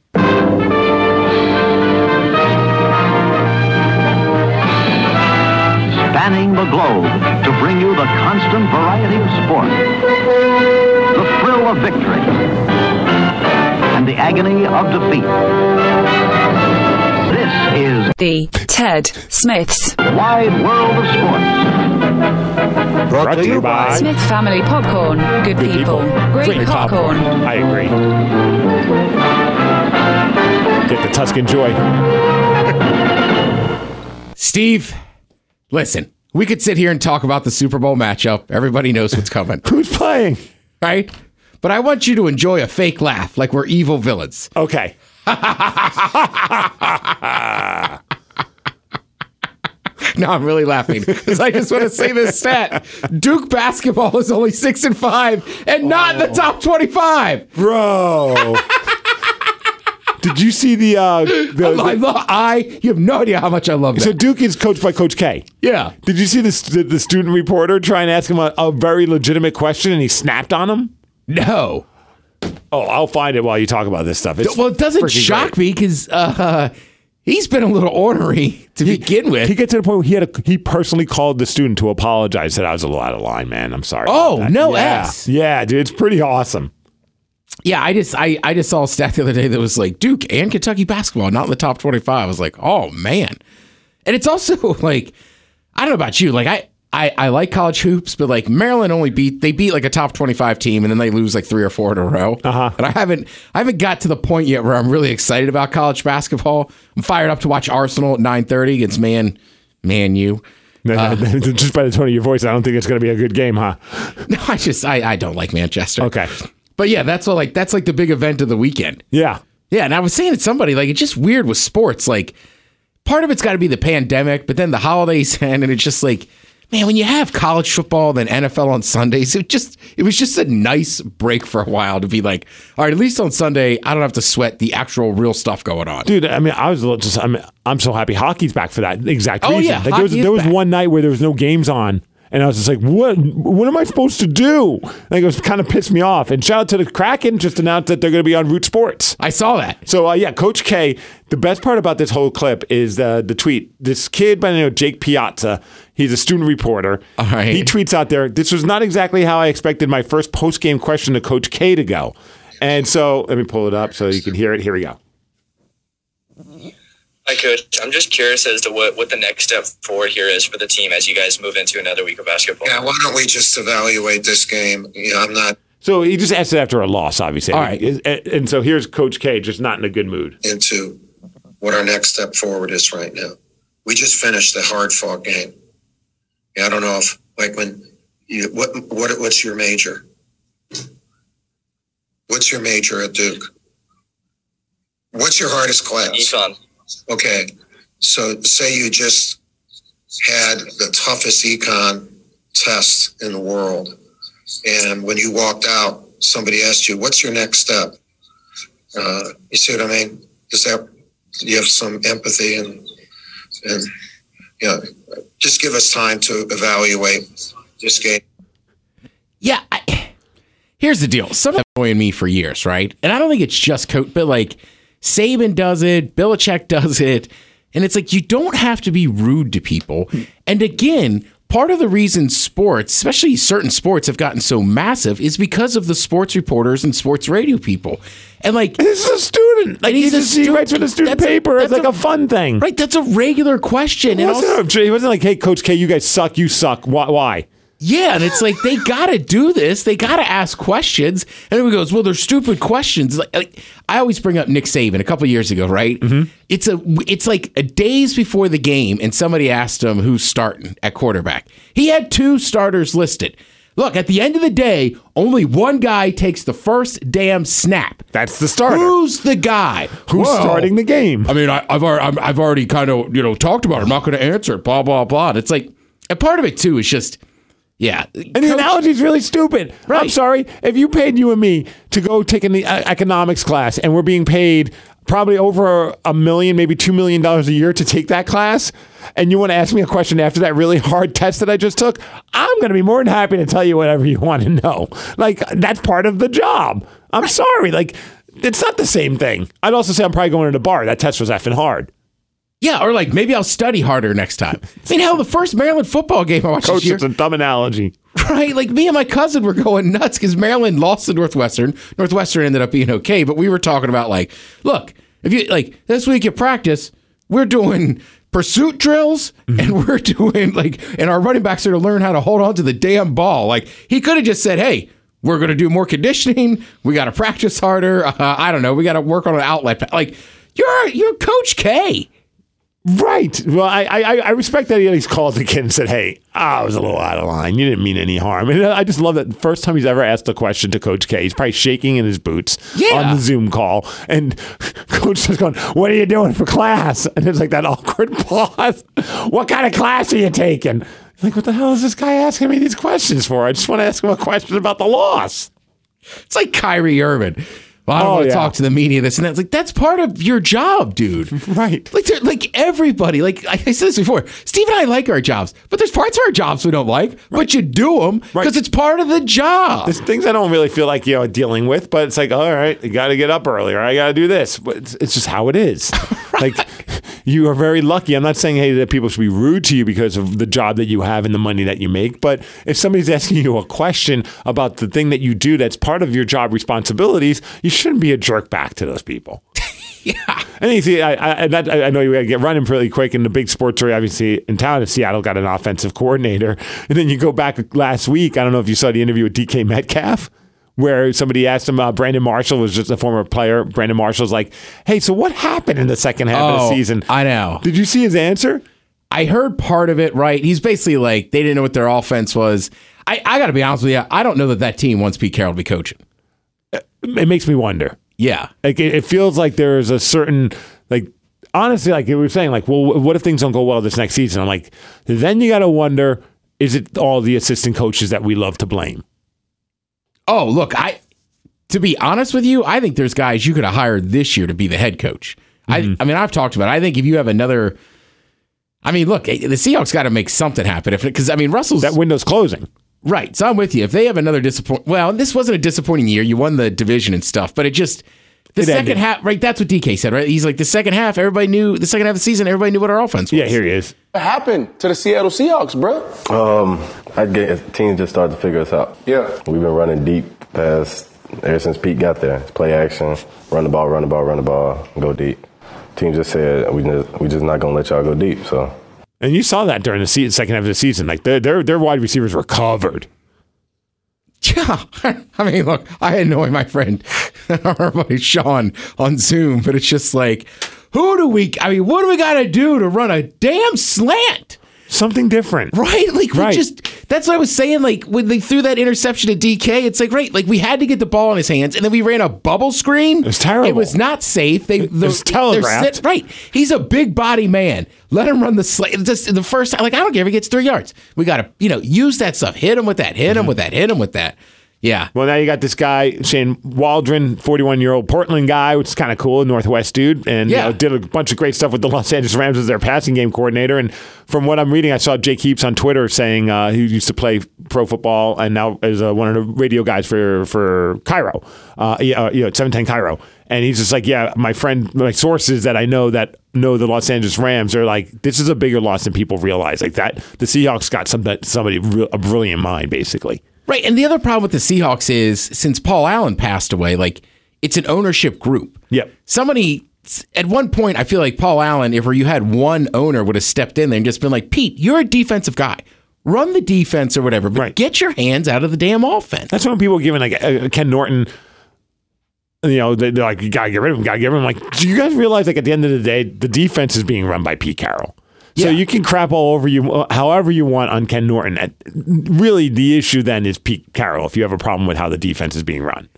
I: spanning the globe to bring you the constant variety of sport, the thrill of victory, and the agony of defeat. This is
E: The Ted Smith's
I: Wide World of Sports.
D: Brought to you by
E: Smith Family Popcorn. Good,
D: Good
E: people. Great, popcorn.
D: I agree. Get the Tuscan joy.
C: Steve, listen, we could sit here and talk about the Super Bowl matchup. Everybody knows what's coming,
D: Who's playing?
C: right? But I want you to enjoy a fake laugh like we're evil villains.
D: Okay.
C: No, I'm really laughing because I just want to say this stat Duke basketball is only six and five and not
D: Oh.
C: in the top 25.
D: Bro. Did you see the uh the,
C: I, lo- I,
D: the-
C: lo- I- you have no idea how much I love that.
D: so Duke is coached by Coach K.
C: yeah.
D: Did you see this, the, the student reporter try and ask him a, a very legitimate question and he snapped on him?
C: No.
D: Oh, I'll find it while you talk about this stuff. It's
C: Well, it doesn't
D: freaking
C: shock me because uh, he's been a little ornery to begin with.
D: He got to the point where he had a, he personally called the student to apologize. Said I was a little out of line, man. I'm sorry.
C: Oh,
D: about that."
C: no
D: yeah.
C: S.
D: Yeah, dude, it's pretty awesome.
C: Yeah, I just I, I just saw a stat the other day that was like Duke and Kentucky basketball not in the top 25. I was like, oh man. And it's also like I don't know about you, like I I, I like college hoops, but like Maryland only beat they beat like a top 25 team and then they lose like three or four in a row. Uh-huh. And I haven't I haven't got to the point yet where I'm really excited about college basketball. I'm fired up to watch Arsenal at 9:30 against man man you. Ah.
D: Just by the tone of your voice, I don't think it's going to be a good game, huh?
C: No, I just I, I don't like Manchester.
D: Okay.
C: But yeah, that's what like that's like the big event of the weekend.
D: Yeah.
C: Yeah, and I was saying to somebody, like, it's just weird with sports. Like, part of it's got to be the pandemic, but then the holidays end, and it's just like, man, when you have college football, then NFL on Sundays, it just it was just a nice break for a while to be like, all right, at least on Sunday, I don't have to sweat the actual real stuff going on.
D: Dude, I mean, I was a little just, I'm, I'm so happy hockey's back for that exact
C: Oh,
D: reason.
C: yeah,
D: Like, there was,
C: hockey is
D: there was
C: back.
D: one night where there was no games on, and I was just like, what What am I supposed to do? Like, it was kind of pissed me off. And shout out to the Kraken, just announced that they're going to be on Root Sports.
C: I saw that.
D: So uh, yeah, Coach K. The best part about this whole clip is uh, the tweet. This kid by the name of Jake Piazza. He's a student reporter.
C: All right.
D: He tweets out there. This was not exactly how I expected my first post game question to Coach K to go. And so let me pull it up so you can hear it. Here we go.
J: Hi, Coach. I'm just curious as to what, what the next step forward here is for the team as you guys move into another week of basketball.
K: Yeah, why don't we just evaluate this game? You know, I'm not
D: So he just asked it after a loss, obviously.
C: All right.
D: And, and so here's Coach K, just not in a good mood.
K: into what our next step forward is right now. We just finished the hard fought game. Yeah, I don't know if like when you what what what's your major? What's your major at Duke? What's your hardest class?
J: Econ.
K: Okay. So say you just had the toughest econ test in the world. And when you walked out, somebody asked you, what's your next step? Uh, you see what I mean? Does that, you have some empathy and, and, you know, just give us time to evaluate this game.
C: Yeah. I, here's the deal. Some of annoying me for years, right? And I don't think it's just coach, but like Saban does it, Belichick does it, and it's like you don't have to be rude to people. And again, part of the reason sports, especially certain sports, have gotten so massive is because of the sports reporters and sports radio people. And like
D: This is a student. Like
C: And he's
D: he's
C: a
D: just, he writes for the
C: student.
D: student
C: That's a-
D: paper. it's
C: that's
D: like
C: a-
D: a, fun thing.
C: Right, that's a regular question.
D: It
C: And
D: wasn't,
C: also,
D: he wasn't like, hey, Coach K, you guys suck. You suck. Why? why?
C: yeah, and it's like they gotta do this. They gotta ask questions. And everyone goes, "Well, they're stupid questions." Like, like I always bring up Nick Saban a couple years ago, right?
D: Mm-hmm.
C: It's a, it's like a days before the game, and somebody asked him who's starting at quarterback. He had two starters listed. Look, at the end of the day, only one guy takes the first damn snap.
D: That's the starter.
C: Who's the guy?
D: Who's
C: Whoa.
D: starting the game?
C: I mean, I, I've already, I'm, I've already kind of you know talked about. it. I'm not going to answer it. Blah blah blah. And it's like, and part of it too is just, yeah.
D: And the analogy is really stupid. I'm
C: Right.
D: sorry. If you paid you and me to go take an e- economics class and we're being paid probably over a million, maybe $2 million a year to take that class, and you want to ask me a question after that really hard test that I just took, I'm going to be more than happy to tell you whatever you want to know. Like, that's part of the job. I'm sorry. Like, it's not the same thing. I'd also say I'm probably going to the bar. That test was effing hard.
C: yeah, or like maybe I'll study harder next time. I mean, hell, the first Maryland football game I watched
D: Coach,
C: this year,
D: it's a dumb analogy.
C: right? Like me and my cousin were going nuts because Maryland lost to Northwestern. Northwestern ended up being okay, but we were talking about like, look, if you like this week at practice, we're doing pursuit drills and we're doing like, and our running backs are to learn how to hold on to the damn ball. Like he could have just said, hey. We're going to do more conditioning. We got to practice harder. Uh, I don't know. We got to work on an outlet. pa- Like you're you're Coach K.
D: Right. Well, I, I I- I respect that he at least called the kid and said, "Hey, I was a little out of line. You didn't mean any harm." And uh, I just love that the first time he's ever asked a question to Coach K. He's probably shaking in his boots
C: Yeah.
D: on the Zoom call, and Coach just going, "What are you doing for class?" And it's like that awkward pause. What kind of class are you taking? Like, what the hell is this guy asking me these questions for? I just want to ask him a question about the loss.
C: It's like Kyrie Irving. Well, I don't
D: Oh,
C: want to
D: yeah.
C: talk to the media. This and that. It's like that's part of your job, dude.
D: Right.
C: Like, they're- like everybody. Like I, I said this before. Steve and I like our jobs, but there's parts of our jobs we don't like. But you do them because it's part of the job.
D: There's things I don't really feel like you know dealing with, but it's like, all right, you got to get up earlier. I got to do this. But it's, it's just how it is. Like you are very lucky. I'm not saying hey that people should be rude to you because of the job that you have and the money that you make, but if somebody's asking you a question about the thing that you do that's part of your job responsibilities, you shouldn't be a jerk back to those people. And you see, I, I, and that, I I know you got to get running pretty quick. And the big sports story, obviously, in town, is Seattle got an offensive coordinator. And then you go back last week. I don't know if you saw the interview with DK Metcalf, where somebody asked him. Uh, Brandon Marshall was just a former player. Brandon Marshall's like, "Hey, so what happened in the second half of
C: Oh,
D: the season?"
C: I know.
D: Did you see his answer?
C: I heard part of it right. He's basically like they didn't know what their offense was. I, I got to be honest with you. I don't know that that team wants Pete Carroll to be coaching.
D: It makes me wonder.
C: Yeah.
D: Like it, it feels like there's a certain like honestly, like we were saying, like well, wh- what if things don't go well this next season? I'm like, then you got to wonder: is it all the assistant coaches that we love to blame?
C: Oh, look, I to be honest with you, I think there's guys you could have hired this year to be the head coach.
D: Mm-hmm.
C: I I mean, I've talked about. It. I think if you have another I mean, look, eh, the Seahawks got to make something happen if cuz I mean, Russell's
D: That window's closing.
C: right. So I'm with you. If they have another disappoint Well, this wasn't a disappointing year. You won the division and stuff, but it just the
D: It
C: second
D: ended.
C: half, right? That's what DK said, right? He's like the second half, everybody knew the second half of the season, everybody knew what our offense was.
D: Yeah, here he is.
L: What happened to the Seattle Seahawks, bro?
M: Um, I guess teams just started to figure us out.
L: Yeah.
M: We've been running deep past ever since Pete got there. It's play action, run the ball, run the ball, run the ball, go deep. Team just said we just, we just not gonna let y'all go deep. So
D: And you saw that during the se- second half of the season. Like their their, their wide receivers were covered.
C: Yeah. I mean, look, I annoy my friend, our buddy Sean, on Zoom, but it's just like, who do we, I mean, what do we got to do to run a damn slant?
D: Something different.
C: Right? Like, we
D: Right.
C: just, that's what I was saying. Like, when they threw that interception at DK, it's like, right, like we had to get the ball in his hands, and then we ran a bubble screen. It was
D: terrible.
C: It was not safe. They, the,
D: was
C: they're
D: telegraphed.
C: sit- right. He's a big body man. Let him run the slant. Just the first, like, I don't care if he gets three yards. We got to, you know, use that stuff. Hit him with that. Hit
D: Mm-hmm.
C: him with that. Hit him with that. Yeah.
D: Well, now you got this guy Shane Waldron, forty-one year old Portland guy, which is kind of cool, a Northwest dude, and you
C: Yeah.
D: know, did a bunch of great stuff with the Los Angeles Rams as their passing game coordinator. And from what I'm reading, I saw Jake Heaps on Twitter saying uh, he used to play pro football and now is uh, one of the radio guys for for Cairo, uh, yeah, uh, you know, seven ten Cairo. And he's just like, yeah, my friend, my sources that I know that know the Los Angeles Rams are like, this is a bigger loss than people realize. Like that, the Seahawks got some somebody real- a brilliant mind, basically.
C: Right. And the other problem with the Seahawks is since Paul Allen passed away, like it's an ownership group.
D: Yep.
C: Somebody at one point, I feel like Paul Allen, if you had one owner, would have stepped in there and just been like, Pete, you're a defensive guy. Run the defense or whatever, but get your hands out of the damn offense.
D: That's when people are giving like uh, Ken Norton. You know, they- they're like, you gotta get rid of him, gotta get rid of him. Like, do you guys realize, like, at the end of the day, the defense is being run by Pete Carroll. So you can crap all over you, uh, however you want on Ken Norton. At- Really, the issue then is Pete Carroll. If you have a problem with how the defense is being run,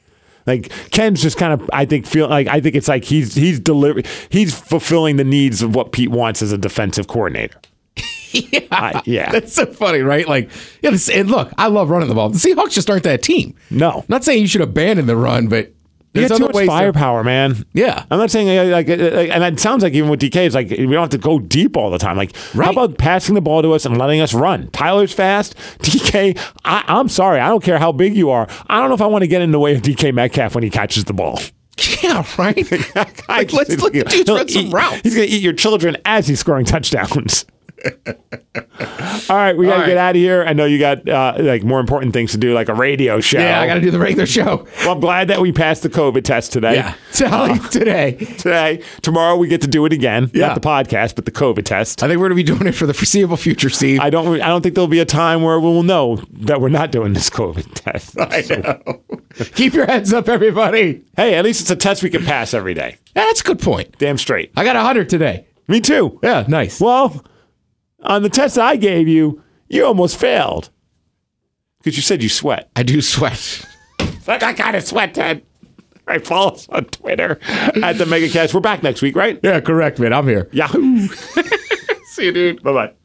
D: like Ken's just kind of, I think, feel like I think it's like he's he's delivering, he's fulfilling the needs of what Pete wants as a defensive coordinator.
C: yeah.
D: yeah.
C: That's so funny, right? Like, yeah, this, and look, I love running the ball. The Seahawks just aren't that team.
D: No.
C: Not saying you should abandon the run, but
D: You
C: there's
D: got
C: other
D: too much
C: ways to-
D: firepower, man.
C: Yeah.
D: I'm not saying uh, like, uh, like, and it sounds like even with DK, it's like we don't have to go deep all the time. Like, how about passing the ball to us and letting us run? Tyler's fast. DK, I, I'm sorry, I don't care how big you are. I don't know if I want to get in the way of DK Metcalf when he catches the ball.
C: Yeah, right. like, let's let the dudes
D: He'll
C: run some
D: eat-
C: routes.
D: He's gonna eat your children as he's scoring touchdowns. All right, we gotta
C: All right.
D: get out of here. I know you got uh, like more important things to do, like a radio show.
C: Yeah, I gotta do the regular show.
D: Well, I'm glad that we passed the COVID test today.
C: Yeah. Tally today.
D: Today, tomorrow we get to do it again.
C: Yeah.
D: Not the podcast, but the COVID test.
C: I think we're gonna be doing it for the foreseeable future, Steve.
D: I don't. I don't think there'll be a time where we will know that we're not doing this COVID test. I know.
C: Keep your heads up, everybody.
D: Hey, at least it's a test we can pass every day.
C: That's a good point.
D: Damn straight.
C: I got 100 today.
D: Me too.
C: Yeah, nice.
D: Well, on the test I gave you, you almost failed because you said you sweat.
C: I do sweat.
D: Like I kind of sweat, Ted. All right, follow us on Twitter at the MegaCast. We're back next week, right?
C: Yeah, correct, man. I'm here.
D: Yahoo.
C: See you, dude.
D: Bye bye.